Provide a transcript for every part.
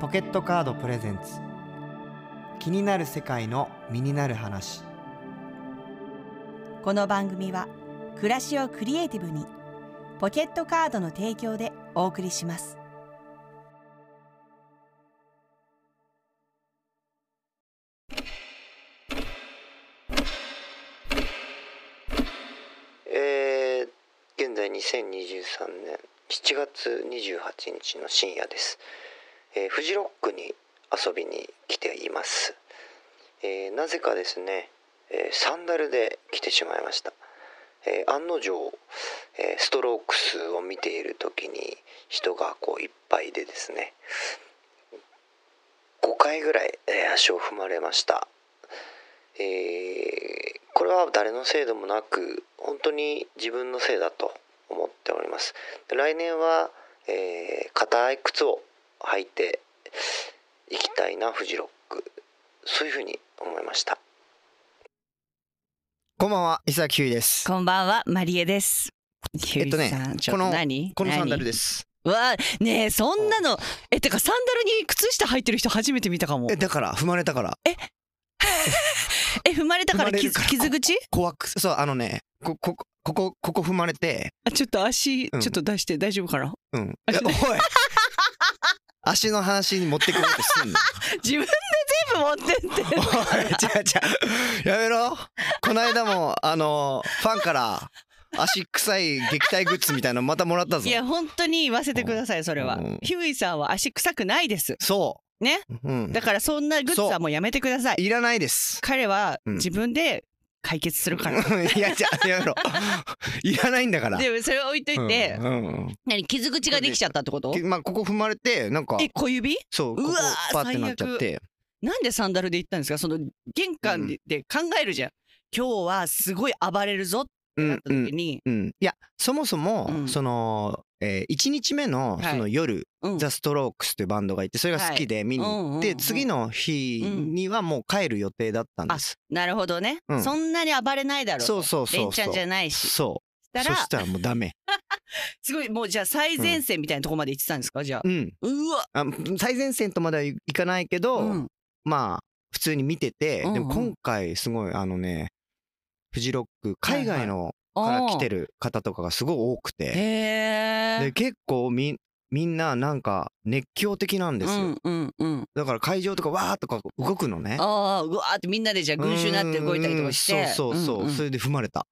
ポケットカードプレゼンツ気になる世界の身になる話この番組は暮らしをクリエイティブにポケットカードの提供でお送りしますえー現在2023年7月28日の深夜です、えーフジロックに遊びに来ています、えーなぜかですね、えーサンダルで来てしまいました、えー案の定、えーストロークスを見ている時に人がこういっぱいでですね5回ぐらい、えー足を踏まれましたえーこれは誰のせいでもなく本当に自分のせいだと思っておりますで来年は、えー硬い靴を履いていきたいなフジロックそういうふうに思いましたこんばんは、伊沢キュウイです。こんばんは、マリエです。えっとねキュウリさんちょこの何このサンダルで。です。何わあ、ねえ、そんなの、え、てか、サンダルに靴下履いてる人初めて見たかも。え、だから、踏まれたから、え、踏まれたから踏まれる傷から傷口怖く、そう、あのね、こ、こ、ここ、ここ踏まれて、あちょっと足、うんちょっと出して大丈夫かなうん。えおい 足の話に持ってくるとす んの。自分で全部持ってって おい、違う違う。やめろ。この間も、あの、ファンから、足臭い撃退グッズみたいなのまたもらったぞい。や、本当に言わせてください、それはうん。ヒューイさんは足臭くないです。そう。ね。うんだ。から、そんなグッズはもうやめてください。いらないです。彼はうん自分で解決するから。 いや、じゃあやめろ。いらないんだから。で、それを置いといてう、んうん何、傷口ができちゃったってことうん、まあここ踏まれてなんかえ、小指そううこわーこパってなっちゃってなんでサンダルで行ったんですかその玄関でで考えるじゃん、今日はすごい暴れるぞってうなっんたう時んに、うんいやそもそも、うんその、え1日目のはいその夜、うんザ・ストロークスというバンドがいてそれが好きで見に行って、うんうんうん次の日にはもう帰る予定だったんです、なるほどね、うんそんなに暴れないだろうそうそうそうそうレンちゃんじゃないしそしたうらそしたらもうダメすごいもうじゃあ最前線みたいなとこまで行ってたんですかじゃあうんうわあ最前線とまではいかないけど、うんまあ普通に見てて、うんうんでも今回すごいあのねフジロック海外のから来てるる方とかがすごい多くて、へでえ結構みみんななんか熱狂的なんですよ、うんうんうんだから会場とかわーっとか動くのねああうわーってみんなでじゃあ群衆になって動いたりとかしてうんそうそうそう、んんそれで踏まれた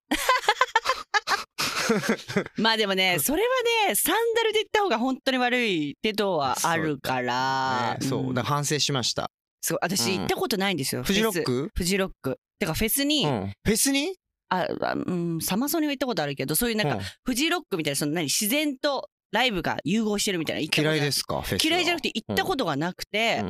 まあでもねそれはねサンダルで行った方が本当に悪いってとはあるからねそううんだから反省しましたそう私うん行ったことないんですよ、フジロッフェスクフジロックてかフェスに、うんフェスにああうんサマソニは行ったことあるけどそういうなんか、うんフジロックみたいなその何自然とライブが融合してるみたいな行ったこと嫌ないですかフェス嫌いじゃなくて、て行ったことがなくて、う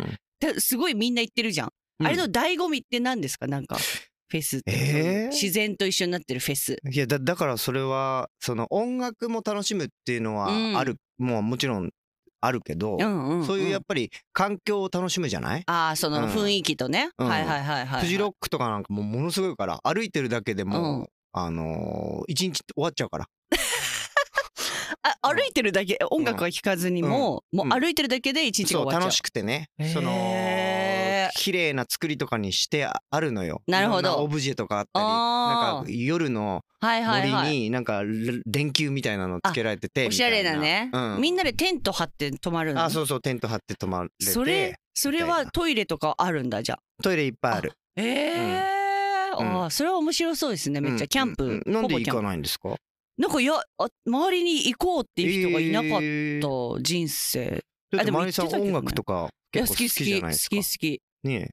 んですごいみんな行ってるじゃん、あれの醍醐味って何ですかなんかフェスって、えーそういう自然と一緒になってるフェスいやだだからそれはその音楽も楽しむっていうのはうんある、もうもちろんあるけど、んんんそういうやっぱり環境を楽しむじゃない、ああその雰囲気とね、うんはいはいはいはいフジロッククとかなんかもうものすごいから歩いてるだけでも、うんあのー一日終わっちゃうからあ歩いてるだけ音楽は聴かずにも、うんもう歩いてるだけで一日がそう終わっちゃう楽しくてねへーその綺麗な作りとかにしてああるのよなるほどいろんオブジェとかあったりあーなんか夜のはいはい森はいになんかれ電球みたいなのつけられてておしゃれなね、うんみんなでテント張って泊まるのあそうそうテント張って泊まれてそれそれみたいはなトイレとかあるんだじゃあトイレいっぱいあるうえーんうんあーそれは面白そうですねめっちゃキャンプ、うんうんなんでほぼ行キャンかプないんですかっなんかいやあ周りに行こうってていう人がいなかっえーた人生、だっあてでもマリさん言って音たけどね楽とかいや結構好好きき好じきゃ好ないですかき好きね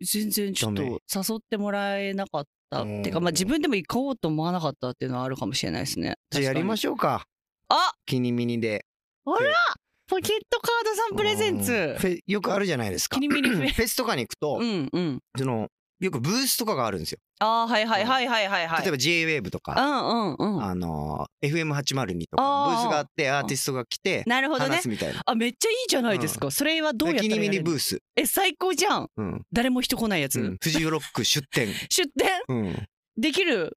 全然ちょっとダ誘メってもらえなかったっていううかんまあ自分でも行こうと思わなかったっていうのはあるかもしれないですねじゃあやりまししょうかょあキニミニでほらポケットカードさんプレゼンうんツフェよくあるじゃないですかキニミニフェフェスとかに行くと、 うんうんそのよくブースとかがあるんですよ。あーはいはいはいはいはいはい例えば JWAVE とか、うんうんうんあのー FM802 とかあーブースがあってアーティストが来てなるほどね話すみたいな。あめっちゃいいじゃないですか、それはどうやったキらニミやれニるブース、え最高じゃんうん誰も人来ないやつ、うんフジロック出店、出店うんできる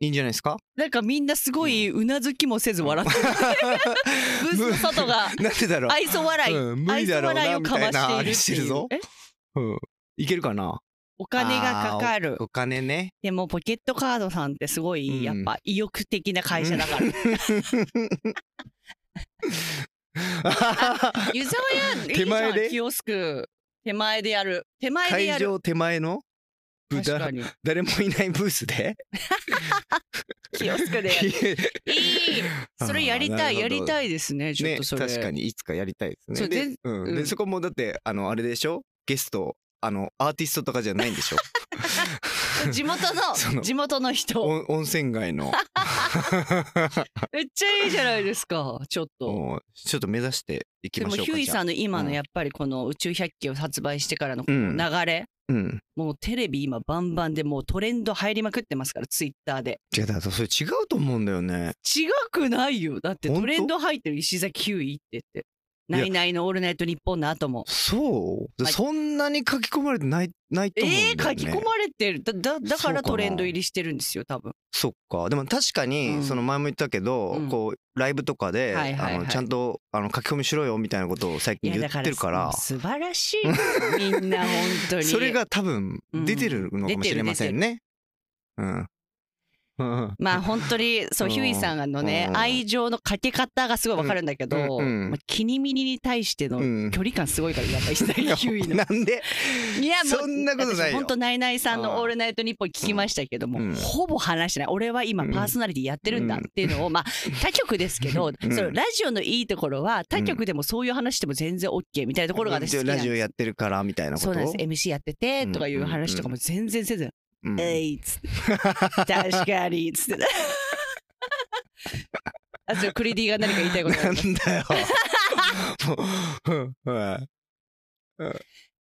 いいんじゃないですかなんかみんなすごいうなずきもせず笑ってるブースの外が なんでだろう愛想笑い、うん無愛理想だろう笑いなをみかまたいなあしてれいるっていうしてるぞえうんいけるかなお金がかかるあーおお金ねでもポケットカードさんってすうごんいやっぱ意欲的な会社だ から、湯沢屋いいじ手ゃ前んでキオスク手前でやる手前でや会る場手前のぶ確かだに誰もいないブースでキオスクでやるいいそれやり あたいーなやるほどりたいですねちょっねとそれ、確かにいつかやりたいですねそうでで,、うんうんでそこもだってあのあれでしょゲストあのアーティストとかじゃないんで しょ地元 そのの地元の人温温泉街のめっちゃいいじゃないですかちょっともうちょっと目指していきでまもしょうかヒューイじゃさんの今のうんやっぱりこの「宇宙百景」を発売してからのこうのん流れ、あうんもうテレビ今バンバンでもうトレンド入りまくってますからツイッターでいやだからそれ違うと思うんだよね違くないよだって本当トレンド入ってる石崎ヒューイってって「やナイナイのオールナイトニッポン」の後もそう、はいそんなに書き込まれてないないと思うんだよえねー、書き込まれてるだだだからトレンド入りしてるんですよ多分そっかでも確かに、うんその前も言ったけど、うんこうライブとかで、はいはいはいあのちゃんとあの書き込みしろよみたいなことを最近言ってるからもう素晴らしいよみんな本当 にそれが多分うん出てるのかもしれませんね。うん。うんまあ本当にそううんヒューイさんのねうん愛情のかけ方がすごいわかるんだけど、うんうんまあ、キニミニに対してのうん距離感すごいからやっぱり 石崎ヒューイの。なんでいやもうそんなことないよ本当ナイナイさんの「オールナイトニッポン」聞きましたけども、うんほぼ話してない俺は今パーソナリティやってるんだっていうのを、まあ他局ですけど、うんそのラジオのいいところは他局でもそういう話しても全然 OK みたいなところが私好きなんラでジオすやってるからみたいなことそうなんです MC やっててとかいう話とかも全然せずうんえいっつって確かにっ つってあそうクリディが何か言いたいことあなるんだよ。もううんはい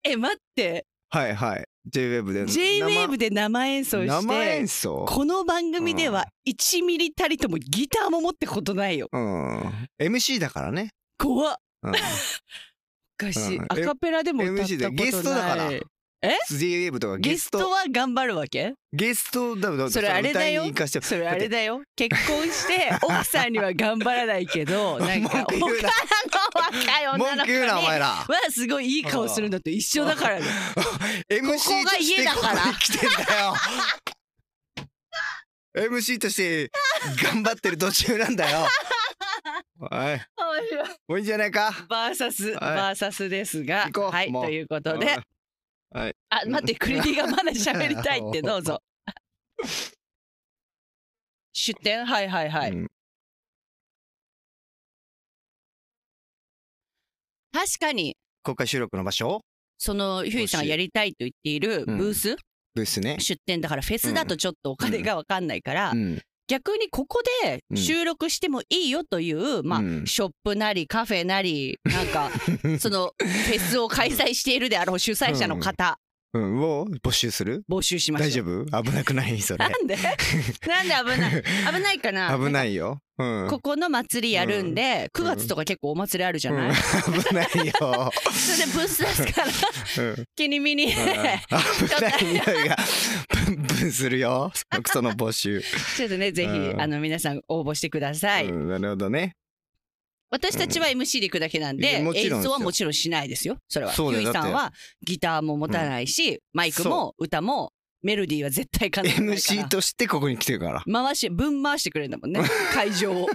え待ってはいはい。J-Wave で JWAVE で生演奏して生生演奏この番組では1ミリたりともギターも持ってことないようん MC だからね。怖っうんおかしいうんアカペラでも歌った MC ことでないゲストだから J-Wave とかゲゲスストトは頑張るわけゲストだだそれあれだよ歌いに行かしてそれあれだだよ結 婚して奥さんには頑張らないけどなんか他文句の言うな若いって女文の句子言うなおに前ら。はすごいいい顔するのと一緒だからね MC とこがし家てだこからこに来てんだよ MC として頑張ってる途中なんだよおい面白いもういいんじゃないかバーサス、はいバーサスですが行こうはいもうということではいあ待ってクリティがまだ喋りた いってどうぞ出店はいはいはい、うん確かに公開収録の場所そのヒューイさんがやりたいと言っているうんブース、ブースね出店だからフェスだとちょっとお金が分かんないから、うん逆にここで収録してもいいよという、まあうんショップなりカフェなりな んかそのフェスを開催しているであろう主催者の方、うんを募集する募集しま大しょ丈う。夫危なくないそれな んでなんで危ない危ないかな危ないようんここの祭りやるんで、うん9月とか結構お祭りあるじうゃない、ん危ないよ それでブースですからうん気に見うにん 危ない匂いがブンブンするよその募集ちょっとねぜひ、うんあの皆さん応募してください、うんなるほどね私たちは MC で行くだけなんいで、やもち演ろんです奏よはもちろんしないですよそれはそうだよゆいさんはギターも持たないし、マイクも歌もメロディーは絶対かなわないから MC としてここに来てるから回し分回してくれるんだ もんね会場を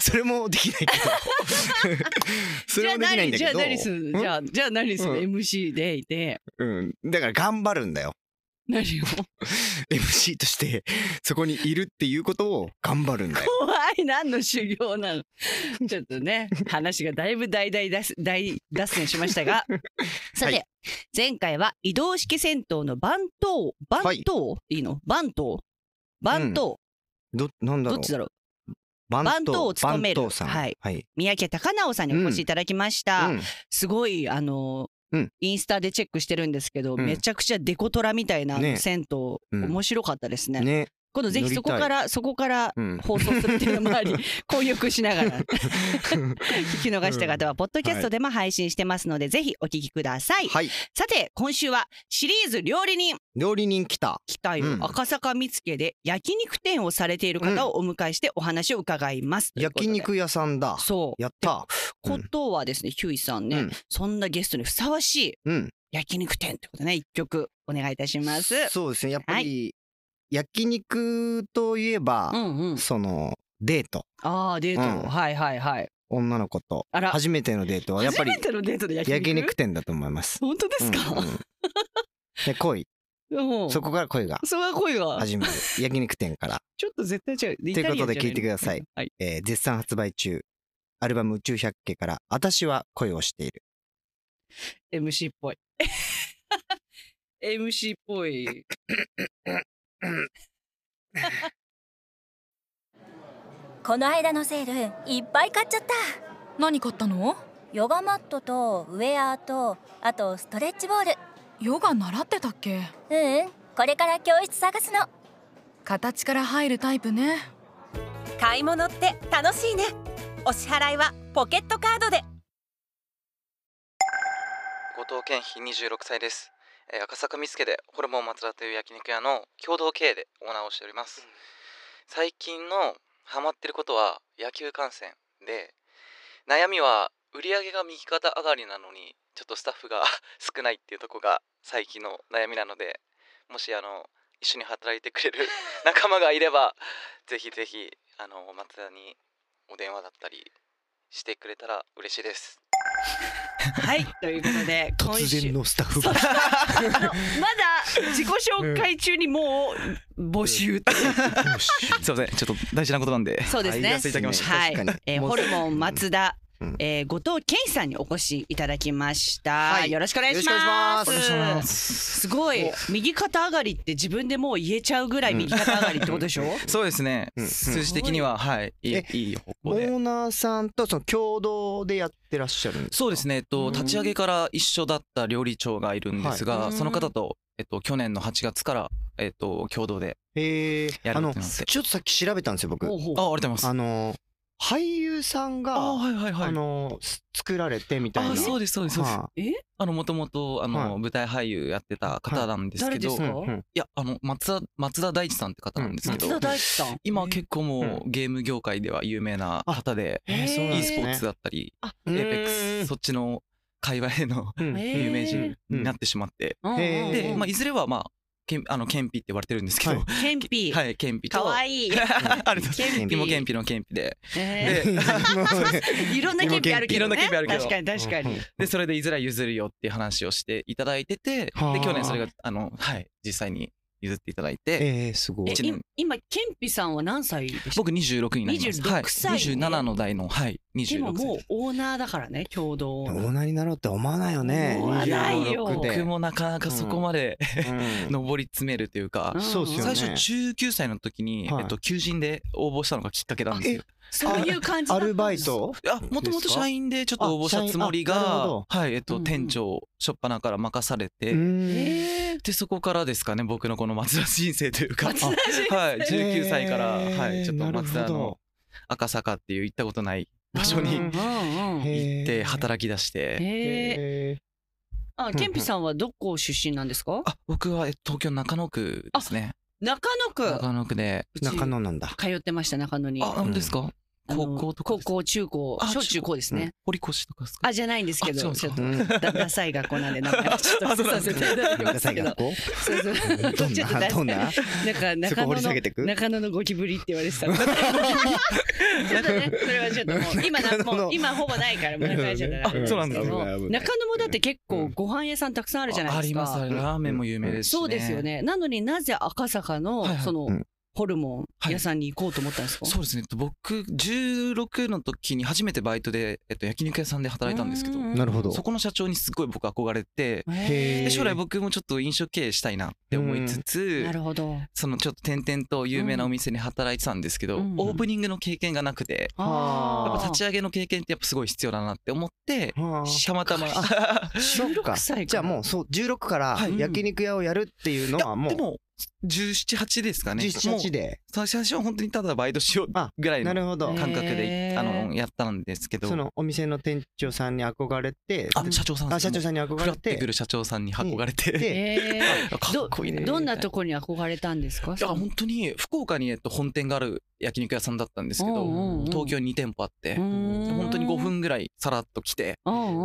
それもできない けどそれもできないんだじゃけあど何するじゃあじゃあ何する、うん MC でいてうん、だから頑張るんだよ何を MC としてそこにいるっていうことを頑張るんだよ 怖い何の修行な のちょっとね話がだいぶ大大脱大脱線しまし たがさて、はい前回は移動式戦闘の番頭番頭、はいい、いの番頭番頭、どなんだろどうっちだろう番番頭を務める番頭さんはいはい、三宅隆直さんにお越しいただきました、うんすごいあのーうんインスタでチェックしてるんですけど、うんめちゃくちゃデコトラみたいなあのね銭湯、うん面白かったですねね今度ぜひそこ乗りたかいらそこから うん放送するっていうのも あり混浴しながら聞き逃した方はポッドキャストでも配信してますので、ぜひお聞きください、はいさて今週はシリーズ料理人料理人来た期待を、うん赤坂見附で焼肉店をされている方をお迎えしてお話を伺います、ということで焼肉屋さんだそうやったうこんとはですね、ヒューイさんね、うんそんなゲストにふさわしいうん焼肉店ってことね一曲お願いいたしますそうですねやっぱり焼肉といえばうんうんそのデートああデート、うんはいはいはい女の子とあら初めてのデートはやっぱり初めてのデートで焼肉焼肉店だと思います本当ですうんうか、んで恋うんそこから恋がそれは声が始まる焼肉店からちょっと絶対違うとということで聞いてくださいはいえー絶賛発売中アルバム「宇宙百景」から「私は恋をしている MC っぽい MC っ ぽいこの間のセールいっぱい買っちゃった何買ったのヨガマットとウェアとあとストレッチボールヨガ習ってたっけうんうんこれから教室探すの形から入るタイプね買い物って楽しいねお支払いはポケットカードで後藤健非26歳です、えー赤坂見附でホルモン松田という焼肉屋の共同経営でオーナーをしております、最近のハマってることは野球観戦で悩みは売り上げが右肩上がりなのにちょっとスタッフが 少ないっていうとこが最近の悩みなのでもしあの一緒に働いてくれる 仲間がいればぜひぜひあの松田にお電話だったりしてくれたら嬉しいですはいということで今週のスタッフ があのまだ自己紹介中にもう募集って すいませんちょっと大事なことなんでそうですね入らせていただきましたはい確かにえーもうホルモン松田、うんえー後藤健さんにお越しいただきました、はいよろしくお願いしますよろしくお願いしますごい右肩上がりって自分でもう言えちゃうぐらい右肩上がりってことでしょ、そうですね、うん数字的にははいいえいいい方オ向でーナーさんとその共同でやってらっしゃるんですかそうですね、えっうと、ん立ち上げから一緒だった料理長がいるんですが、はいその方と、えっと、去年の8月から、えっと、共同でへえあやるってなのってちょっとさっき調べたんですよ僕ほうほうあありがとうございますあの俳優さんがあはいはいはいあのす作られてみたいなあそうですそうですそうです、はあのもともとあの、はい舞台俳優やってた方なんですけど、はいい誰ですいかうんうんやあの松田松田大地さんって方なんですけど、松田大地さん今結構もううゲーム業界では有名な方で、へーそうなん e でスすポねーツだったり、う a ん p ペックスそっちの界隈へのうんへー有名人になってしまって、うんうんへーで、うんまあ、いずれはまあけんあのケンピって言われてるんですけど、はケンピ、 はい、ケンピと。かわいい ありがとうございます。ケンピ芋ケンピのケンピで。え で、ーいろんなケンピあるけどねいろんなケンピあるけど確かに確かに、でそれでいずれは譲るよっていう話をしていただいてて、で、はあ去年それが、あの、はい、実際に譲っていただいて、えー、すごいえ一い年今ケンピさんは何歳でした僕26になります。 26歳はい、27の代の、はい、でも26歳もうです。オーナーだからね共同オオーナーーナーになろうって思わないよね思わないよ26で僕もなかなかそこまで、 うん上り詰めるというか、そうっすよ最ね初19歳の時に、はいえっと、求人で応募したのがきっかけなんですよ。そういう感じだアったんですルバイトいやもともと社員でちょっと応募したつもりあ社員あなるほがどはいえっうとんうん店長初っ端から任されて、うーんえーでそこからですかね僕のこの松田人生というか松田人生はい、19歳から、へーはい、ちょっと松田なるほのど赤坂っていう行ったことない場所にうんうんうん行ってき働き出して、えーあケンピさんはどこ出身なんですかあ僕はえっと東京中野区ですね中野区中野区でうち中野なんだ通ってました中野にあ何ですか、あの高校とか高ですか校中高あ小中高ですね堀越とかですかあじゃないんですけあ違うどんでちすょかっとうんだダサい学校なんで名前をちょっとあそうなさんでせすねていただきま中すけ崎ど学校そうそうどんちょっとなダサどいんななんかそこ中掘り野下げのてく中野のゴキブリって言われてたのちょっとねそれはちょっともう今な中野もうの今ほぼないからもう中野だからあそうなんですねけど中野もだって結構ご飯屋さんたくさんあるじゃないあでりすかますあれラーメンも有名ですし、ね、そうですよねなのになぜ赤坂のはいはいそうのんホルモン屋さんに行こうと思ったんですかそうですね僕16の時に初めてバイトで、えっと、焼肉屋さんで働いたんですけどうんなるほどそこの社長にすごい僕憧れてへでー将来僕もちょっと飲食経営したいなって思いつつなるほどそのちょっと点々と有名なお店に働いてたんですけど、うんオープニングの経験がなくて、あやっぱー立ち上げの経験ってやっぱすごい必要だなって思って、はあたまたまそっ 16歳からじゃあもうそう16からはい焼肉屋をやるっていうのいやはもでうも17、8ですかね。 17日で。で最初は本当にただバイトしようあぐらいなのるほどね感覚でへ、ーあの、やったんですけどそ、のお店の店長さんに憧れてあ、社長さんですあ社長さんにもう憧ふられっててくる社長さんに憧れて、でえ あかっこいいね。ー、どんなとこに憧れたんですかいや本当に福岡にえっと本店がある焼肉屋さんだったんですけど、うんうんうん東京に2店舗あって、本本当に5分ぐらいさらっと来て、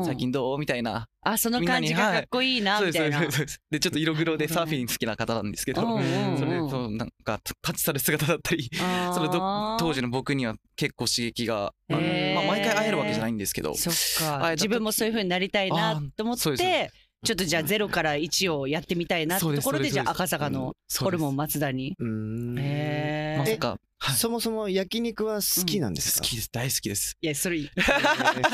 最近どうみたいな。あその感じがかっこいいなそうみでたいすなそうですそうですでちょっと色黒でサーフィン好きな方なんですけど、うんうんうんそれでそうなんかタッチされる姿だったり、あーそれど当時の僕には結構刺激が、あのへーまあ毎回会えるわけじゃないんですけど、そっ会かえた時自分もそういう風になりたいなと思っあーそうでてちょっとじゃあゼロから1をやってみたいなってそうとすころでじゃあ赤坂うんのそうホでルすモン松田にうーんへーまさか、はいそもそも焼肉は好きなんです好か、きです大好きです。いやそれ嫌いだっ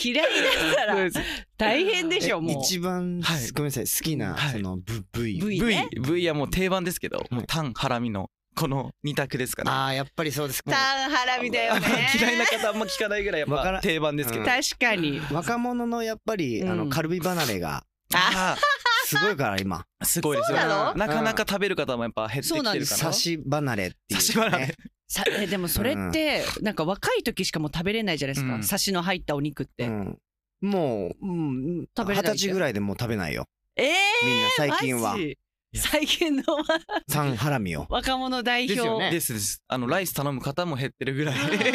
たら大変でしょもう一番、はいごめんなさい好きな、はいその部部位 V ね V V はもう定番ですけど、もうタンハラミのこの二択ですかね。ああやっぱりそうですかタンハラミだよね 嫌いな方あんま聞かないぐらいやっわからぱん定番ですけど。うん確かに若者のやっぱり、あうのんカルビ離れがあすごいから今ーすごいですよそうなのなかなか食べる方もやっぱ減ってきてそうるかなんらで。す差し離れっていう、ね、差し離れさえでもそれってなんか若い時しかもう食べれないじゃないですか、うんサシの入ったお肉って、うん、もう、うん、食べれ二な十いんだよ歳ぐらいでもう食べないよええみんなー、最近はマジ最近のサンハラミを若者代表ですよねですです。あのライス頼む方も減ってるぐらい。 確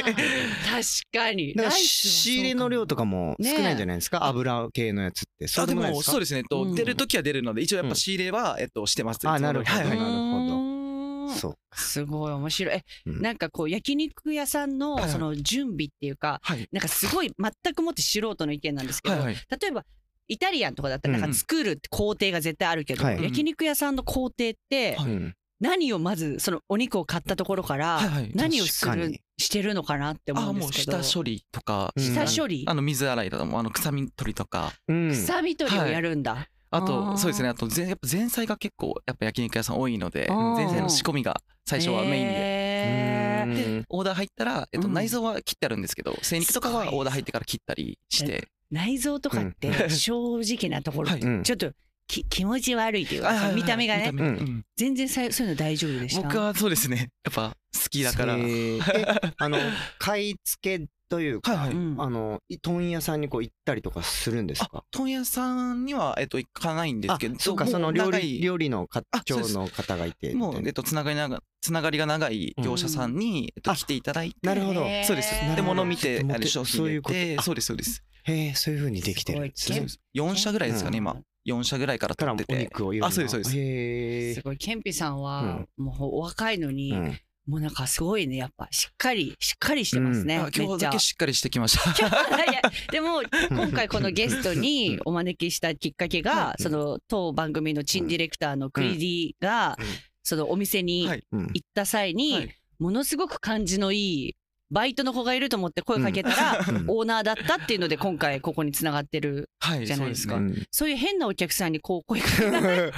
かにだからライスはそう仕入れの量とかもねえ少ないんじゃないですか、油系のやつってそあう ででもないでもすかそうですね。えっとうん出る時は出るので一応やっぱ仕入れはえっとしてます。あいつも通りなるほどはいはいなるほどうーんそうすごい面白いえ、うんなんかこう焼肉屋さんはいのはいその準備っていうかはいなんかすごい全くもって素人の意見なんですけど、はいはい例えばイタリアンとかだったらなんうんか作るって工程が絶対あるけど、はい焼肉屋さんの工程ってはいうん何をまずそのお肉を買ったところからはいはい何をす確かるにしてるのかなって思あうんでもすうけど下処理とか。うん下処理あの水洗いだともあの臭み取りとかうん臭み取りをやるんだ、ああーとそうですねあとぜんやっぱ前菜が結構やっぱ焼肉屋さん多いのであー前菜の仕込みが最初はメインでへーうんオーダー入ったら、えっと、うん内臓は切ってあるんですけど、精肉とかすごいはオーダー入ってから切ったりして。内臓とかっうて正直なところ、はいうんちょっとき気持ち悪いというはいはいかはい見た目がね見た目うんうん全然さそういうの大丈夫でした僕はそうですね。やっぱ好きだから。えはいーえあの買い付けというか、はい。うんあのい問屋さんにこう行ったりとかするんですかあ、問屋さんには、えっと、行かないんですけど、そうかもその料長い理料理の課あそう長ですの方がいてみもたうい、なえっと、つながりなが、つながりが長い業者さんに、えっと、あ来ていただいて。なるほどそうですなるほど。で、物見て、あ持っれ、て商品そう入れいうてことあそうです、そうです。へえそういう風にできてるんですすねごそういです4社ぐらいですかね、うん今。4社ぐらいからから取おってて。肉をいろんなあそうですそうですへすごいケンピさんはもうお若いのえ に、うんもうなんかすごいねやっぱしっかりしっかりしてますね、あめ今っ日ちだゃけ。しっかりしてきました。 いやでも今回このゲストにお招きしたきっかけが、その当番組のチンディレクターのクリディが、うんそのお店には行いうんった際に、はいものすごく感じのいいバイトの子がいると思って声かけたら、うんオーナーだったっていうので今回ここに繋がってるはい、じゃそなういでですすねかう。んそういう変なお客さんにこう声かけた っ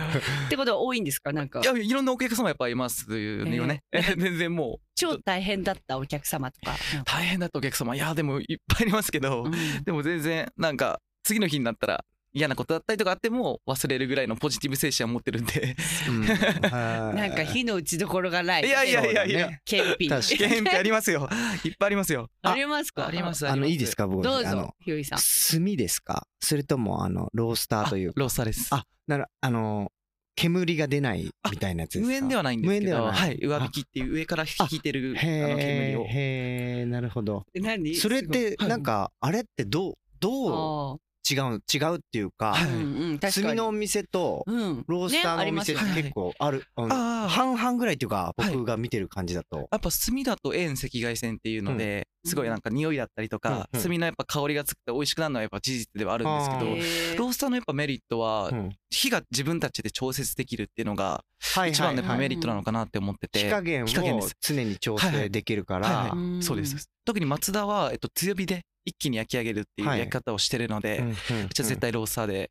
てことは多いんですかなんかいやいろんなお客様やっぱいますよね。全然もう超大変だったお客様とかなんか大変だったお客様いやでもいっぱいありますけど、うんでも全然なんか次の日になったら嫌なことだったりとかあっても忘れるぐらいのポジティブ精神は持ってる んでうんなんか火の打ちどころがないいやいやいやいや、ケンピ確原因ってありますよいっぱいありますよ ありますかありますあのいいですかか僕どあうぞのひよいさん炭ですかそれともあのロースターというロースターですあならあの煙が出ないみたいなやつですか無縁ではないんですけ無縁でどははないい上引きっていう上から引いてるあへの煙をえへえなるほど何それってなんかあれってどうどうあ違う違うっていうかはあいうんうん確か炭にのお店とうんロースターねあのおります店っよてね結構あるあのあー半々ぐらいっていうかはい僕が見てる感じだとやっぱ炭だと遠赤外線っていうので、すごいなんか匂いだったりとか、うんうん炭のやっぱ香りがつくて美味しくなるのはやっぱ事実ではあるんですけあど、へーロースターのやっぱメリットは、うん火が自分たちで調節できるっていうのがはい一番のやっぱはいメリットなのかなって思ってて、火加減火加減でをす常に調はいは整いできるかはいらはいうんそうです特に松田は、えっと、強火で一気に焼き上げるっていうはい焼き方をしてるので、うんうんうんうちは絶対ロースターで、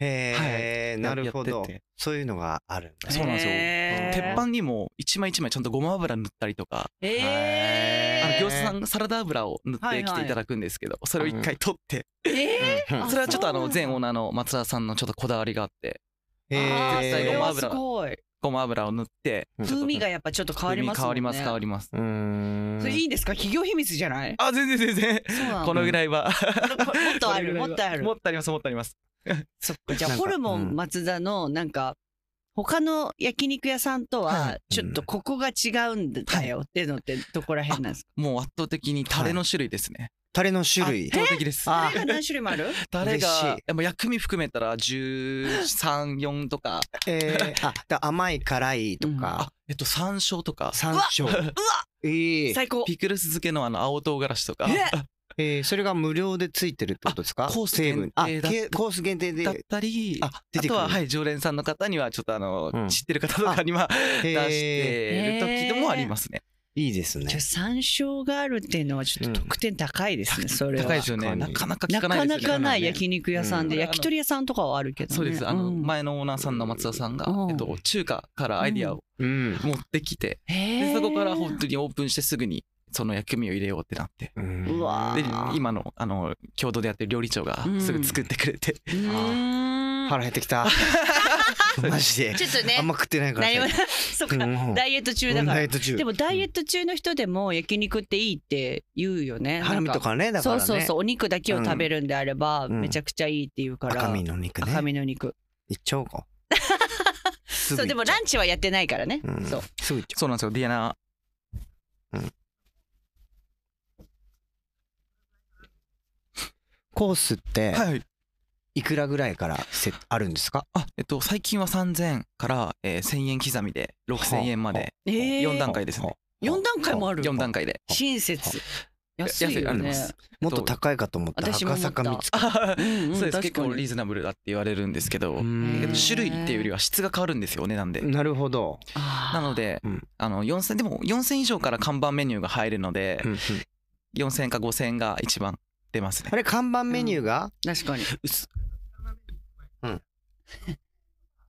へえはいなるほやっどててそういうのがあるんだそうなんですよへー鉄板にも一枚一枚ちゃんとごま油塗ったりとか、えあのへー餃子さんがサラダ油を塗ってきていただくんですけど、それを一回取って、ーえうんうんあそれはちょっとあそうのなんだ前オーナーの松田さんのちょっとこだわりがあってーあーへそえれはすごいごごま油を塗ってうん風味がやっぱちょっと変わります風味変もわんりねます変わりりますうーんそれいいんですか企業秘密じゃないあ全然全然そうなのこのぐらいはこもっと あるもっとあるもっとありますもっとありますそっかじゃあなんかホルモうンん松田のなんか他の焼肉屋さんとははいちょっとここが違うんだよっていうのってどこら辺なんですかもう圧倒的にタレの種類ですね、タレの種類圧倒的ですタレが何種類もあるタレ嬉がしいでも薬味含めたら134 とかえー、あだ甘い辛いとあか、えっと山椒とか山椒ええ最高ピクルス漬けのあの青唐辛子とかええー、それが無料でついてるってことですかあコース成分限定だあけコース限定だっでたりああ出てくるとは、はい、常連さんの方にはちょっとあの、うん知ってる方とかには出してる時でもありますね、いいですじゃねあ山椒があるっていうのはちょっと得点高いですね、それは高いですよね確かなにかなかな聞かなかいでなすよねかない焼肉屋さんで、うん焼き鳥屋さんとかはあるけど、ね、そうですあの、うん前のオーナーさんの松田さんが、うんえっと、中華からアイディアをうん持ってきて、へーでそこから本当にオープンしてすぐにその薬味を入れようってなってうんうわであー今のあの共同でやってる料理長がうんすぐ作ってくれて、うーん腹減ってきたマジでちょっとあねんま食ってないから何も最近 そっか、うんダイエット中だかダらイエット中でもダイエット中の人でも焼肉っていいって言うよね。ハラミとなんかねだかそらうねそうそうお肉だけを食べるんであればうんめちゃくちゃいいって言うから赤身の肉ね赤身の肉いっちゃおう かすそぐうで行もっちゃランチはやってないからね、うん そううすぐ行っちゃそうなんですよディアナうコースってはいいくらぐらいからせあるんですかあえっと最近は3000から、えー1000円刻みで6000円までえー4段階ですね、 4段階もある4段階で親切安いあよりまねすもっと高いかと思った私も赤思坂見ったつあははうんうん そうです確結かに構リーズナブルだって言われるんですけど、んけど種類っていうよりは質が変わるんですよお値段で、なるほど、なので、うんあの4000でも4000以上から看板メニューが入るので、うんうん4000円か5000円が一番出ますねあれ看板メニューが、確かにうん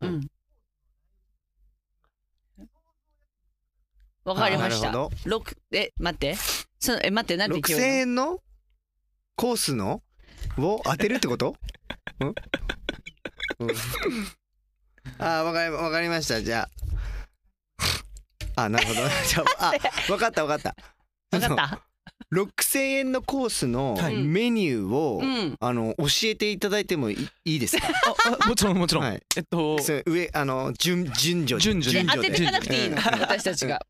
うんわかりましあたなるほど六え待ってそのえ待ってなんて6000言って円のコースのを当てるってことん、うん、あーわかりわかりましたじゃああな るほどじゃああわかったわかったわかったその6000円のコースのはいメニューを、うんあの教えていただいてもいいいいですか ああもちろんもちろん、はいえっとそれ上あの順順序で順序でで当てていかなくていいのうん私たちが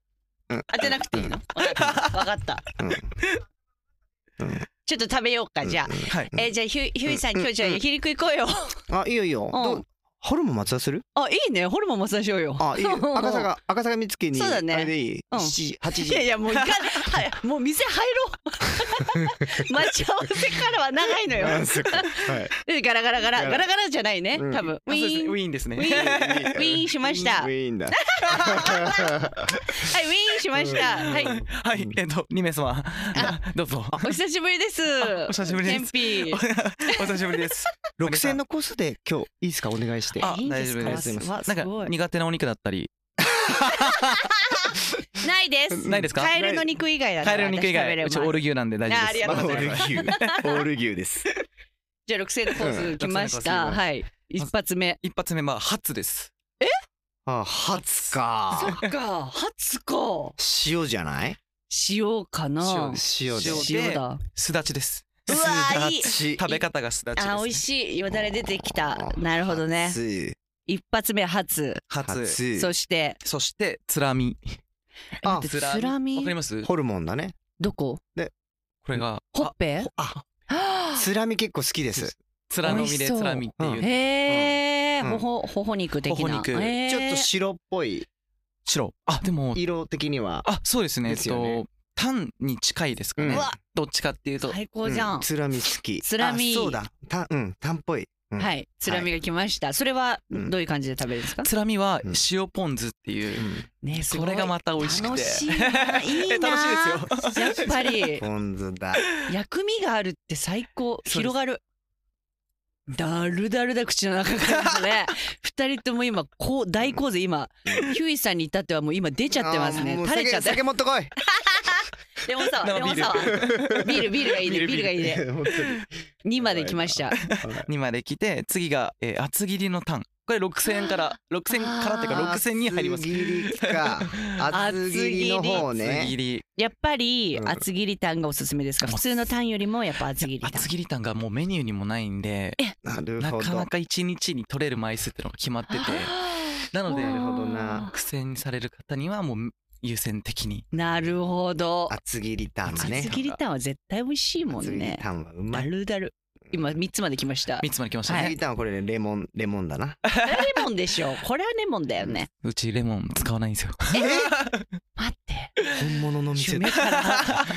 うん当てなくていいの分かったわかったうんうんちょっと食べようかじゃあはいえじゃあひゅひゅういさうんん今日じゃあうん焼肉行こうよあいいよいいよ、どううホルモン松田するあいいねホルモンマッサージしようよあ いいよ赤うん坂赤坂見附にそうだねあれでいい、うん7時8いやい時やもう行かないはいもう店入 ろう待ち合わせからは長いの よあそっかはいでガラガラガラガラガラガラじゃないねうん多分ウあィーそうですねウンィーンですねウィーンウィーンしましたウ はいウィィーンだーンしましたはい はいえっと2名様 どうぞお久しぶりですお久しぶりですケンピーお久しぶりです6000のコースで今日いいですかお願いしてあいいんで大す丈か夫ですわなんすかごい苦手なお肉だったりないですないですかカエルの肉以外だったカエらルの肉以私食べれま外うちすオール牛なんで大丈あありがとうご夫ですざいます牛 オール牛ですじゃあ六千のコース来ましうた。んはい。一発目。一発目は初ですあ初かっか。初か。塩じゃない塩かな。塩で塩で塩だ。すだちですうわーいい。し食べ方がすだちですねあ美味しいよだれ出てきた。なるほどね。初一発目初。初初そしてそしてつらみあ待ってつらみわかりますホルモンだねどこ？これがほっぺ？あはつらみ結構好きですつらのみ美味でしそうつらみってあいうへえ。うんほほほほ肉的ほほな。肉へーちょっと白っぽい白あでも色的にはあそうですねえでっすよねとタンに近いですかうんねうわどっちかっていうと最高じゃ。うんつらみ好きつらみあそうだたうんタンっぽいうんはい。つらみが来ました。それはどういう感じで食べるんですか？つらみはうん塩ポン酢っていうう、んねこれがまた美味しくて楽しいな。いいな。楽しいですよやっぱりポン酢だ薬味があるって最高そうです広がるだるだるだ口の中からね二人とも今こう大洪水今ヒューイさんに至ってはもう今出ちゃってますあーねもう垂れちゃって酒酒持ってこいレモンサワーレモンサワービールビールがいいねビールがいいね本当に2まで来ましたはいにまで来て次が、えー厚切りのタンこれ6000円から6000からっていうか6000に入ります厚切り か厚切りの方ね厚切りやっぱりうん厚切りタンがおすすめですか普通のタンよりもやっぱ厚切りタン厚切りタンがもうメニューにもないんでなるなほかどなか1日に取れる枚数ってのが決まっててなのでなるほどな苦戦される方にはもう優先的になるほど厚切りタンね厚切りタンは絶対美味しいもん厚切りねタンはうまだいるだる今3つまで来ました3つまで来ましたね、厚切りタンはこれねレモンレモンだなこれはレモンでしょこれはレモンだよねうちレモン使わない んですよ待って 本物の 店だ夢から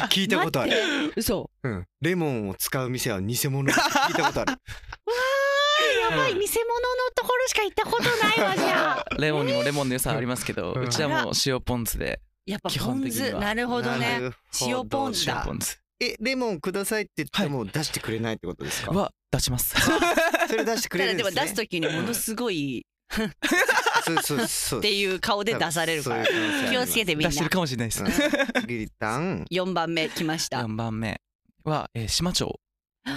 聞いたことある嘘うんレモンを使う店は偽物だって聞いたことあ るやばい偽物のところしか行ったことないわじゃあレモンにもレモンの良さありますけどうんうちはもう塩ポン酢で やっぱ基ポ本ン的には酢なるほどなねるほど塩ポン酢塩だポン酢えレモンくださいって言っても出してくれないってことですか、は出しますそれ出してくたれだるんででもすね出す時にものすごいそうそうそうっていう顔で出されるからそういう可能性あり気まをすつけてみん出してるなかもしれないです厚切りタン4番目来ました4番目は、えー、島町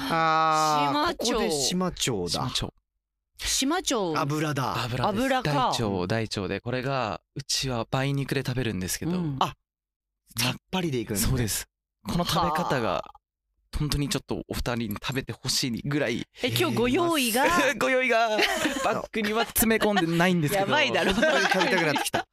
あー島町ここで島町島だ町島町油だ油です油か大腸大腸でこれがうちは梅肉で食べるんですけど、うんあさっぱりでいくんだそうですこの食べ方が本当にちょっとお二人に食べてほしいぐらいえ今日ご用意が ご用 意がバッグには詰め込んでないんですけどやばいだろ本当に食べたくなってき た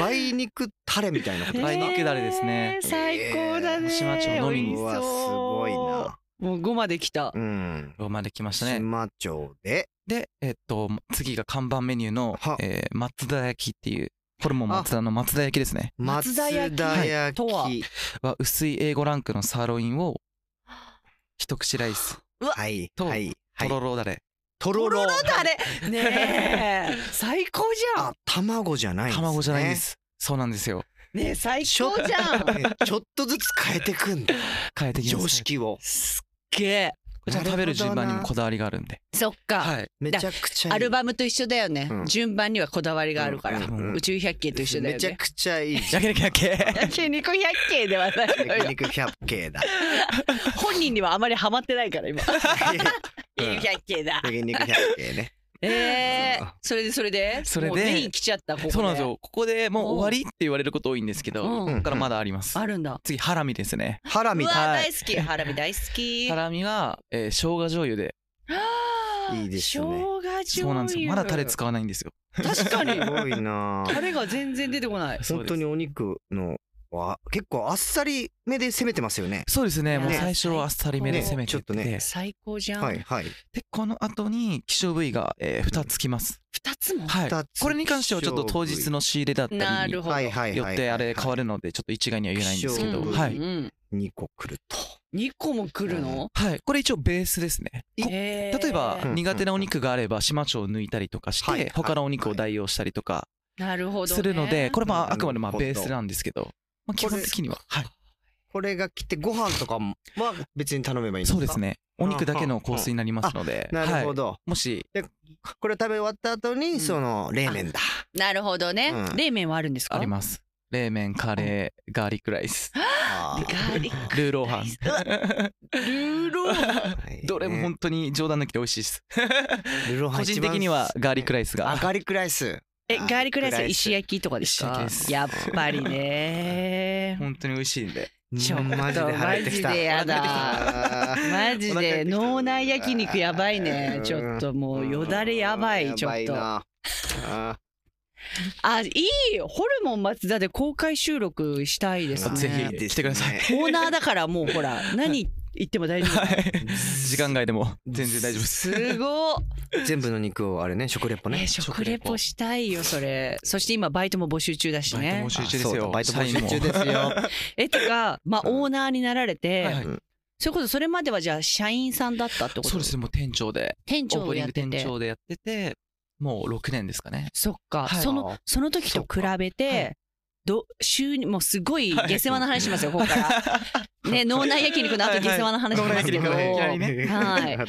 梅肉タレみたいなこと梅肉だれですねえー最高だね島町のみ美味しうそうわすごいなもう5まで来たうんここまで来ましたね島町ででえっと次が看板メニューのは、えー、松田焼きっていうホルモン松田の松田焼きですね松松田田焼焼ききとはは薄い A5 ランクのサーロインを一口ライスはいとはいはとろいろだれ、とろろあれねえ最高じゃんあ卵じゃないんですね卵じゃないんですそうなんですよねえ最ちょ高じゃんねちょっとずつ変えてくんだ変えてきます常識をすっげえこちら食べる順番にもこだわりがあるんでそっか、はいめちゃくちゃいいアルバムと一緒だよね、うん順番にはこだわりがあるから、うんうんうん宇宙百景と一緒だよめちゃねくちゃ いいやけやけやけ焼肉百景ではないの焼 よ肉百景だ本人にはあまりハマってないから今うん焼肉百景だ焼肉百景ねえそうー、それでそれでそれでもうメイン来ちゃったここそうなんですよここでもう終わりって言われること多いんですけどうんここからまだありますあるんだ次ハラミですねハラうミわは大い好きハラミ大好き ハラミは、えー、生姜醤油でいいですね生姜醤油そうなんですよまだタレ使わないんですよ確かにすごいなタレが全然出てこない本当にお肉のは結構あっさりめで攻めてますよねそうですねもうね最初はあっさりめで攻ねめてって、ちょっとね最高じゃん、はいはいでこの後に希少部位が、え2つきます、二つもはい二つこれに関してはちょっと当日の仕入れだったりになるほど、はいはいはいよはいってあれ変わるのでちょっと一概には言えないんですけど、希少部位はうい、ん、 2個くると2個も来るの、はい、これ一応ベースですねこえー例えばうん苦手なお肉があれば島町を抜いたりとかして、はい他のお肉を代用したりとかなるほど、ね、するので、これまなるほあどあくまでまあベースなんですけど、まあ、基本的には、はい、これが来てご飯とかもは別に頼めばいいんですそかうですねお肉だけのコースになりますので、なるほはど、い、もしこれ食べ終わった後に、んその冷麺 だなるほどね、うん冷麺はあるんですかあります冷麺カレーガーリックライスあガーリックルーローハンルーローハンーはい どれも本当に冗談抜きで美味しいですルローハン個一人番的にはガーリックライスあがガーリックライスえガーリックライスはガーリックライス石焼きとかです石か焼きですやっぱりね本当に美味しいんでちょっとうんマジで腹減ってきたマジでや だあーマジお腹減っでてきた脳内焼肉やばいねうんちょっともうよだれやばいちょっやとあばいなあいいホルモン松田で公開収録したいですーねぜひ来てくださいいいですオーナーだからもうほ ら何言っても大丈夫時間外でも全然大丈夫ですすごっね全部の肉をあれね食レポえねー食レポしたいよそれそして今バイトも募集中だしバイトね募集中ですよあそうだバイト募集中です社員もよえてかまあうんオーナーになられて、はいはいそれこそそれまではじゃあ社員さんだったってことそうですねもう店長で店オ長ープをニンやっグて店て長でやっててもう6年ですかねそっか、はいそのその時と比べて、はいど週にもうすごいはい下世話な話しますよ、 ここから。ね、脳内焼肉の後下世話な話しますけど、脳内焼肉のはねい いきなりねはい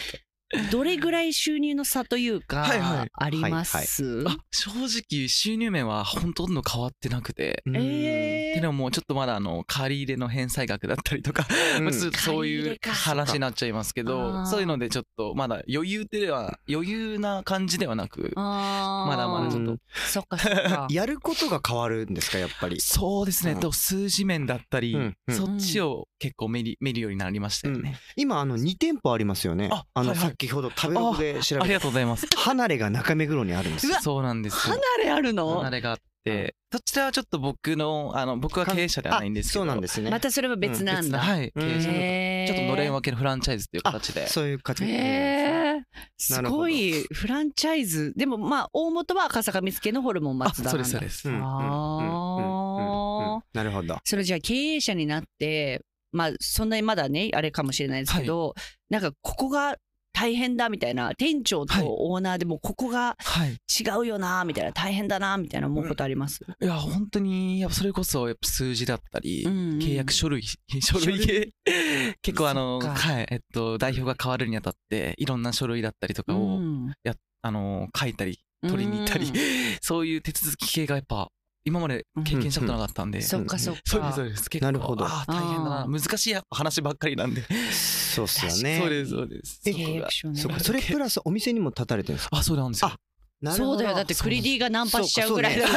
どれぐらい収入の差というか、はいはいあります、あ正直収入面はほとんど変わってなくて。うんえってのもちょっとまだあの借り入れの返済額だったりとか、うんまあちょっとそう借り入いれうか話になっちゃいますけあーどそういうのでちょっとまだ余裕では余裕な感じではなくあーまだまだちょっとそっかそっ かやることが変わるんですかやっぱり。そうですね、うんと数字面だったり、うんうんそっちを結構見り見るようになりましたよね、今あの2店舗ありますよね。ああのはいはい先ほど食べログで調ありべがとうございますた離れが中目黒にあるんですよ。そうなんですよ離れあるの離れがあってそちらはちょっと僕のあの僕は経営者ではないんですけどあそうなんですすね。またそれは別なんだ、はい経営者のへーちょっとのれん分けのフランチャイズというあ形でそういう形。へえすなるほどごいフランチャイズでもまあ大元は赤坂見附のホルモンあ松田なんだそうですそうです、うんうんうんうんうんうんなるほど。それじゃあ経営者になってまあそんなにまだねあれかもしれないですけど、なんかここが大変だみたいな店長とはいオーナーでもここがはい違うよなみたいな大変だなみたいな思うことあります、いや本当にやっぱそれこそやっぱ数字だったり、うんうん契約書類書類系結構あのそっかはいえっと代表が変わるにあたっていろんな書類だったりとかを、うんあの書いたり取りに行ったり、うん そういう手続き系がやっぱ今まで経験したことなかったんで、そっかそっそうですかそうです結構なるほどあー大変だあな難しいやっぱ話ばっかりなんで、そうっすよね。 そうですそうですえそこ契が約書ねそうかそれプラスお店にも立たれてるんですか。あそうなんですよあなるほどそうだよだってクリディがナンパしちゃうぐらいそだう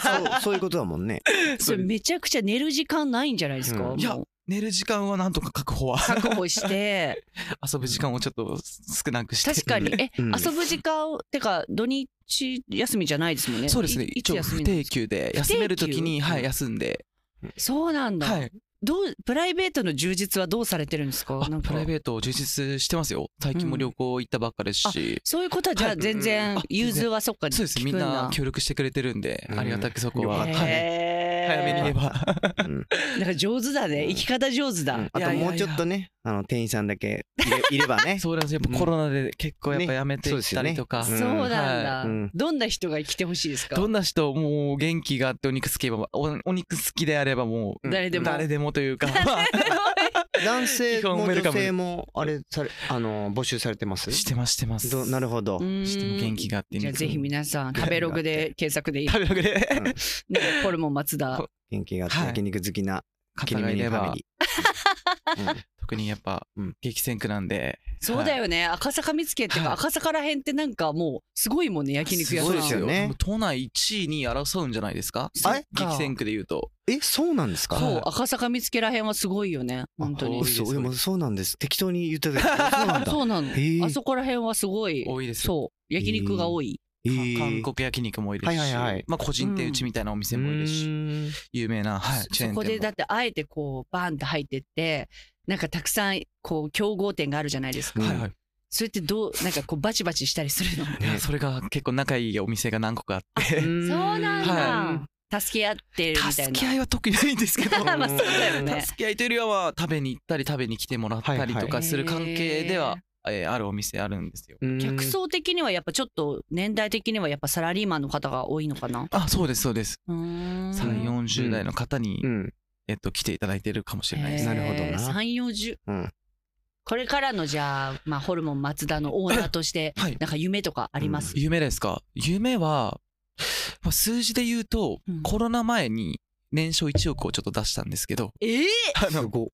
かそうらねねそうそういうことだもんね。それめちゃくちゃ寝る時間ないんじゃないですか、うんいやもう寝る時間はなんとか確保は確保して遊ぶ時間をちょっと少な くして確かにえ、うん遊ぶ時間をてか土日休みじゃないですもんねそうですねいい一つ応休み不なの定休で休めるときにはい休んでそうなんだ、はいどうプライベートの充実はどうされてるんですかあなんかプライベートを充実してますよ最近も旅行行ったばっかですしそういうことはじゃはあい全然あ融通はそっかそうです聞みくんんなだ協力してくれてるんでうんありがたくそこはよかったはいへー早めに言えばうんだから上手だね生き方上手だ、あともうちょっとねあの店員さんだけいれいれば ね。そうなんですよやっぱコロナで結構やっぱねやめていったりとかそうですそよねうなんだ、うんはいどんな人が来てほしいですかどんな人もう元気があってお肉好きばおお肉好きであればもう誰でも誰でもというか 男性基本もウェルカ女ム性もあれされあの募集されてます。してますしてますどなるほど。うーんしても元気があってじゃあぜひ皆さん食べログで検索でいい、食べログでね、ホルモン松田元気があってはい焼肉好きな切方りが身いにフれァばミリー。うん特にやっぱうん激戦区なんでそうだよね、赤坂見附っていうか、はい赤坂らへんってなんかもうすごいもんね焼肉屋さすんごいですよね多分都内1位に争うんじゃないですかあれ激戦区で言うとえそうなんですか。そうはい赤坂見附らへんはすごいよね本当多にいです嘘俺もそうなんです。適当に言ってたけ どそうなんだ。 そうなの、へーあそこらへんはすごい多いですよそう焼肉が多い、えかー韓国焼肉もいるはいはしいはいまあ個人店うちみたいなお店もいるうしーん有名なはいチェーそンこで店だもってあえてこうバーンって入ってってなんかたくさんこう競合店があるじゃないですか、はいはいそれってどうなんかこうバチバチしたりす るのいやそれが結構仲いいお店が何個かあって そうなんはだ、助け合ってるみたい助なけ合いは特にないんですけ どまあそうだよね付き合いというよりはまあ食べに行ったり食べに来てもらったりとかする関係では、えーあるお店あるんですよ。うん客層的にはやっぱちょっと年代的にはやっぱサラリーマンの方が多いのかなあそうですそうです。 3 3、40代の方に、うんえっと、来ていただいてるかもしれないです、なるほどな3、40うんこれからのじゃあ、まあ、ホルモン松田のオーナーとしてはいなんか夢とかあります、夢ですか夢は、まあ、数字で言うと、うんコロナ前に年商1億をちょっと出したんですけど、ええあすのご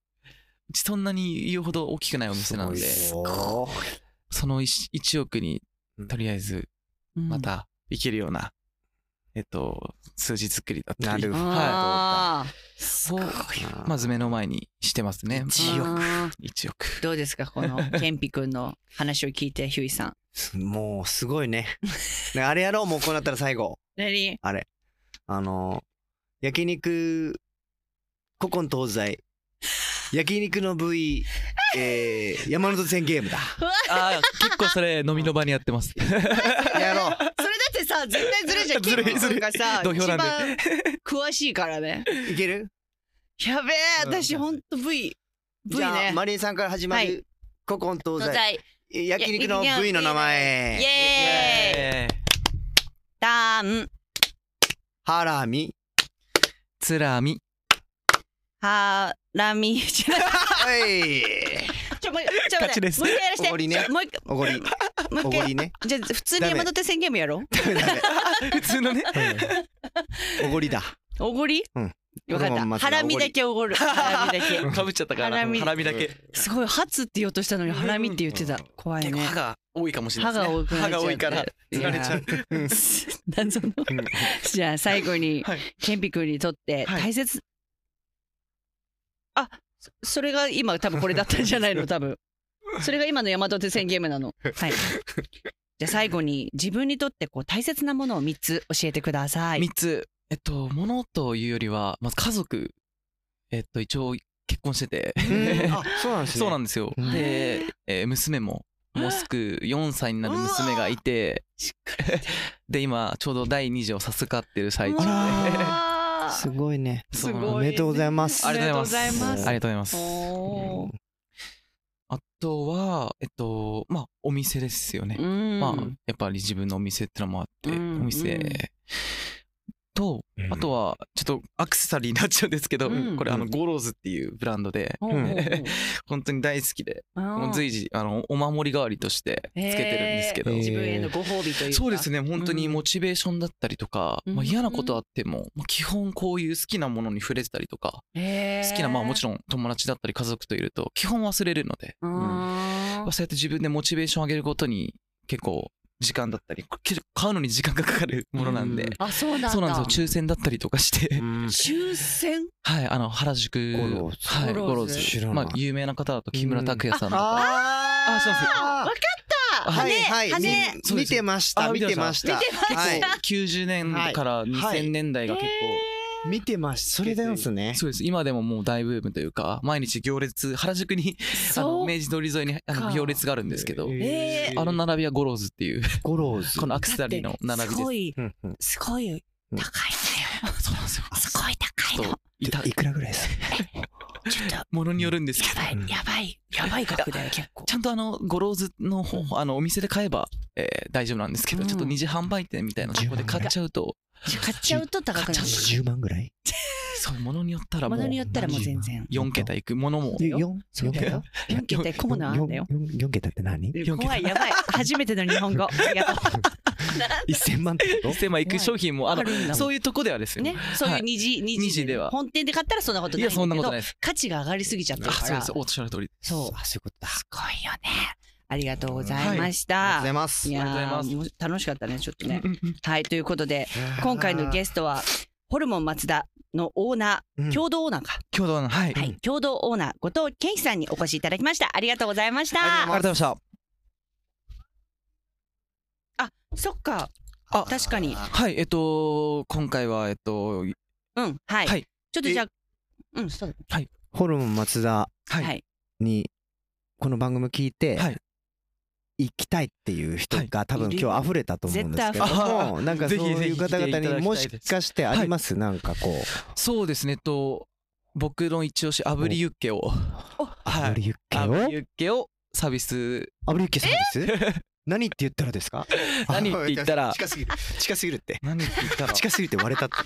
そんなに言うほど大きくないお店なので、すそごいの 1, 億にとりあえずまた行けるような、えっと、数字作りだったり、なるほどはあーい、そうなまず目の前にしてますね。一億あー1億。 どうですか このケンピ君の話を聞いてヒュイさんもうすごいね。 ねあれやろうもうこうなったら最後何あれあの焼肉古今東西焼肉の部位、え ー、山手線ゲームだ。あー結構それ飲みの場にやってます。やろう。それだってさ絶対ずるじゃんケ ずるいンピ君がさずるい一土俵番なんで詳しいからねいけるやべえうん私ほんと V V じゃあねマリンさんから始まはる古今東東西西焼肉の部位の名イ前エーイえータンハラミ つらみ。ハラミじゃない はいちょょ、もう、ちょ、勝ちですもう一回やらして。おごりねもう一回、おごりもうお一ご回。りねじゃあ、普通にダメ山手線ゲームやろう。普通のねおごりだおごり。うんよか俺っもた。まずはハラおごりミだけお ごる。ハラミだけ。かぶっちゃったからハラミハラミだけすごい、ハツって言おうとしたのに、ハラミって言ってたうん。怖い結構ね歯。が多いかもしれない歯ですねが多くなっちゃって歯が多いから釣られちゃういやー 謎の じゃあ最後にはいケンピ君にとってはい大切、あそそれが今多分これだったんじゃない の多分それが今の山手線ゲームなのはいじゃあ最後に自分にとってこう大切なものを3つ教えてください三つえっと物というよりはまず家族えっと一応結婚しててうんあそうなんですね そうなんですようんで、えー娘ももうすぐ4歳になる娘がいて で今ちょうど第2次を授かってる最う中でわ ーすごいねそうすごいおめでとうございますありがとうございあまりすありがとうございますおーあとはえっとまあお店ですよねうんまあやっぱり自分のお店ってのもあって、うんお店、うんとあとはちょっとアクセサリーになっちゃうんですけど、うんこれあのうんゴローズっていうブランドで、ほうほうほう本当に大好きで、もうあー随時あのお守り代わりとしてつけてるんですけど、えーへ自分へのご褒美というかそうですね本当にうんモチベーションだったりとか、うんまあ、嫌なことあっても、まあ、基本こういう好きなものに触れてたりとか、好きなまあもちろん友達だったり家族といると基本忘れるので、ろうんやっぱそうやって自分でモチベーション上げることに結構時間だったり結構買うのに時間がかかるものなんで、あそうなんだそうなんですよ抽選だったりとかして、抽選はいあの原宿ゴローズはい、ゴローズゴロー知ズらないまあ、有名な方だと木村拓哉さんとか、ああそうなんですよわかったはいはい羽みそうで見すてましたあ見てました見てましたはい90年からはい2000年代が結構、見てましたそれですねそうです今でももう大ブームというか毎日行列原宿にあそのう明治通り沿いにあの行列があるんですけど、えあの並びはゴローズっていう ゴローズこのアクセサリーの並びですすごいうんうんすごい高いんだよそうなんですよすごい高いのいたいくらぐらいですちょっとやものによるんですけどばいやばいやばい額だよ結構ちゃんとあのゴローズの方あのお店で買えば、えー大丈夫なんですけど、うんちょっと二次販売店みたいなとこで買っちゃうと買っちゃうと高くなる20万ぐらいそうものによったらももうのによったらもう全然4桁いくものもだよ四そうだよ4桁いくコーナーあんだよ四四四桁って何四桁怖いや ばい初めての日本語ありがとう一千万ってこと1000万いく商品もああのるんだもんそういうとこではですよ、ねそういう二次二二次では本店で買ったらそんなこといないんだけやどそんなことないです価値が上がりすぎちゃってあるかそうでらすそうおっしゃる通りすごあそういうことだいよねありがとうございましありがとうた、ございますいやありがとうござーいもう楽しかったねちょっとね うんうんうんはいということで今回のゲストはホルモン松田のオーナー、うん共同オーナーか、共同のはい、はい、共同オーナー後藤健一さんにお越しいただきましたありがとうございましたありがとうございましたそっかあ確かにはいえっと今回はえっとうんはい、はいちょっとじゃあうんそうホルモン松田だはい、はいにこの番組聞いてはい行きたいっていう人が多分いる今日溢れたと思うんですけど絶対溢もなんかそうぜひぜひいう方々来ていただにきもたしいですかしてありますなんかこうそうですねえっと僕の一押し炙りユッケをはい炙りユッケを炙りユッケをサービス炙りユッケサービス何って言ったらですか何って言ったら近すぎる近すぎるって何って言ったら近すぎて割れたって。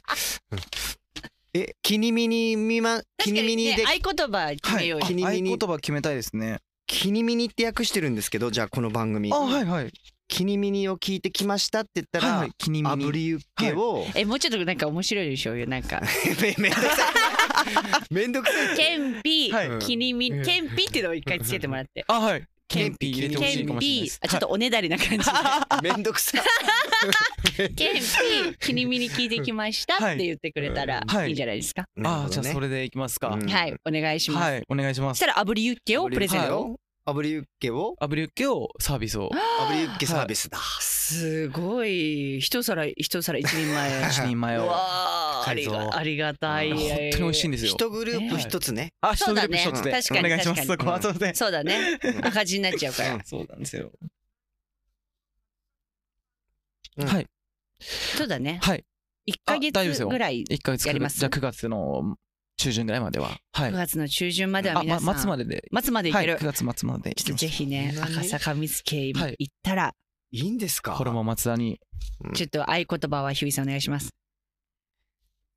え、キニミニミマ、キニミニで確、かにね合言葉決めようはよ、気いに気に入入り言葉決めたいですね。キニミニって訳してるんですけど、じゃあこの番組。いはい。キニミニを聞いてきましたって言ったはいはらい、気に炙りユッケを、えもうちょっとなんか面白いでしょうよなんかめめんどくさい。 めんどくさい。ケンピ、はいキニミケンピっていうのを一回つけてもらってあはい。ケケンンピピ入れてほしケいかンもしれないピです。あちょっとおねだりな感じめんどくさい。ケンピキニミに聞いてきましたって言ってくれたらはいいいんじゃないですかあじゃあそれれでいきますかう。んはいお願いしますはいお願いしまそしす。たら炙りユッケをプレゼントよ。炙りユッケを、炙りユッケをサービスを炙りユッケサービスだ。すごい一皿一皿一人 前一人前を。わああ改り造がありがたい本当に美味しいんですよ。一グループ一つね。あ一そうグだループね一つで確かにお願いします。確そかこはすいません。そうだね赤字になっちゃうからそうなんですよ。うんはいそうだねはい。一あヶ大丈夫です月よぐらい一ヶ月やくりらまいすじゃあ九月の中旬ぐらいまでは。はい9。月の中旬まではあ皆まさん末までで。末までいはけいる九月末まで行ちきょっとます。ぜひねそんなに赤坂見附は行いったらいいんですかホルモン松田に。 ちょっと合言葉はひゅういさんお願いします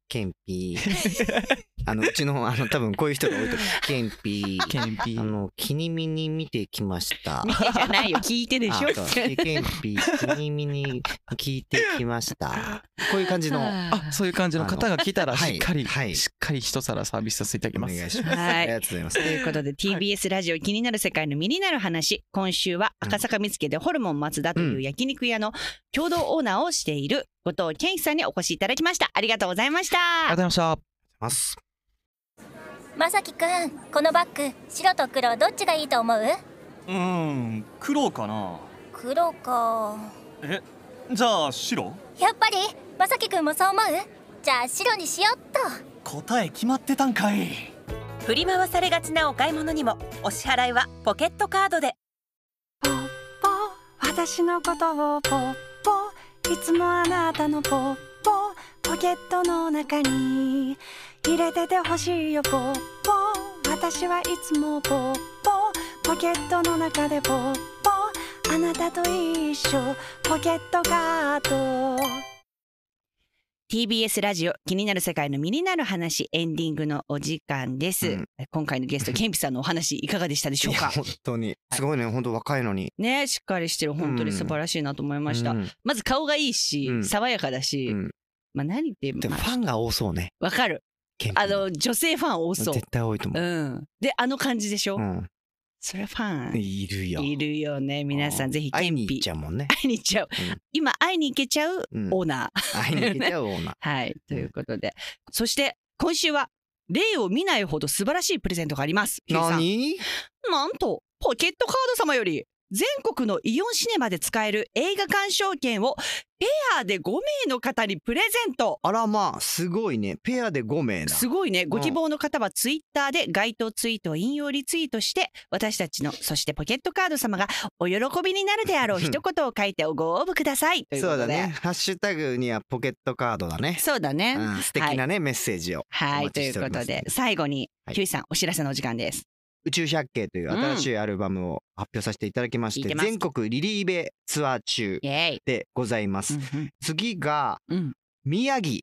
ケンピー。 あのうちのあの多分こういう人が多いと思う。ケンピー。ケンピ あの気に身に見てきました。見てじゃないよ聞いてでしょあそうえケンピー気に身に聞いてきました。 こういう感じの。あそういう感じの方が来たらあのしっかり、はいはいしっかり一皿サービスさせていただきおま願す。いします。はあいりがとうございますと。いうことで TBS ラジオ気になる世界の身になる話今週は赤坂見附でホルモン松田という焼肉屋の共同オーナーをしている後藤健一さんにお越しいただきましたありがとうございましたありがとうございました。ます。まさきくんこのバッグ白と黒どっちがいいと思ううーん黒かな黒かえじゃあ白やっぱりまさきくんもそう思うじゃあ白にしよっと答え決まってたんかい振り回されがちなお買い物にもお支払いはポケットカードで私のことをポッポいつもあなたのポッポポケットの中に入れててほしいよポッポ私はいつもポッポポケットの中でポッポあなたと一緒ポケットカード TBS ラジオ気になる世界の身になる話エンディングのお時間です、うん今回のゲス トケンピさんのお話いかがでしたでしょういやか本当にすごいね本当若いのに。ねしっかりしてる本当に素晴らしいなと思いました、うんまず顔がいいし、うん爽やかだし、うんまあ何ってでもまファンが多そうね。あわかるケンピあの女性ファン多そう絶対多いと思う。うん、であの感じでしょ、うん。それファンいるよ。いるよね皆さんぜひ会いに行っピちゃうもんね。会いに行っちゃううん今会いに行けちゃううんオーナー、会いに行っちゃうオ ーナー。はいということで、そして今週は例を見ないほど素晴らしいプレゼントがありますヒューさん何なんとポケットカード様より全国のイオンシネマで使える映画鑑賞券をペアで5名の方にプレゼントあらまあすごいねペアで5名だすごいねご希望の方はツイッターで該当ツイートを引用リツイートして私たちのそしてポケットカード様がお喜びになるであろう一言を書いてご応募くださいというこそとうでだねハッシュタグにはポケットカードだね、そうだね、うん、素敵なね、メッセージをはい、おはい、と待ちいしてうおこりまとすで最後に、はいひゅーいさんお知らせのお時間です宇宙百景という新しいアルバムを発表させていただきまし聞いて,、てます全国リリーベツアー中イエーイ、でございます、次がうん宮城、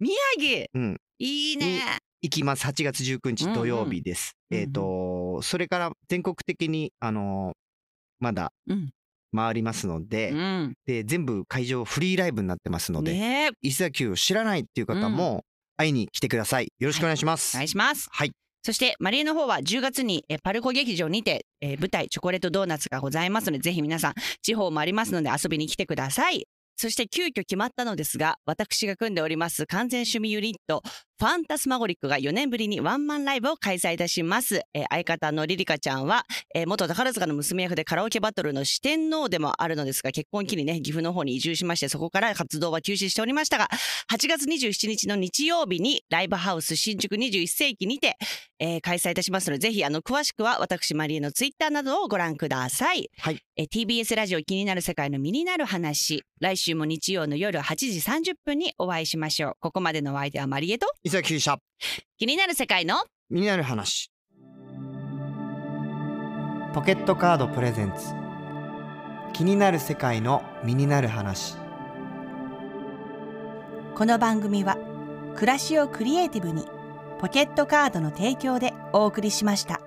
宮城うん、いいね行きます8月19うんう日ん土曜日です、えっ、とそれから全国的にあのーまだうん回りますので、うんで全部会場フリーライブになってますので、ねえ伊勢崎を知らないっていう方も会いに来てください。よろしくお願いします。お願いします。はい。そしてマリエの方は10月にえーパルコ劇場にて、えー舞台「チョコレートドーナツ」がございますのでぜひ皆さん地方もありますので遊びに来てください。そして急遽決まったのですが私が組んでおります完全趣味ユニットファンタスマゴリックが4年ぶりにワンマンライブを開催いたします、えー相方のリリカちゃんは、えー元宝塚の娘役でカラオケバトルの四天王でもあるのですが結婚を機にね岐阜の方に移住しましてそこから活動は休止しておりましたが8月27日の日曜日にライブハウス新宿21世紀にて、えー開催いたしますのでぜひあの詳しくは私マリエのツイッターなどをご覧ください、はいえー TBS ラジオ気になる世界の身になる話来週も日曜の夜8時30分にお会いしましょうここまでのお相手はマリエと伊勢崎勇者、気になる世界の身になる話。ポケットカードプレゼンツ気になる世界の身になる話この番組は暮らしをクリエイティブにポケットカードの提供でお送りしました。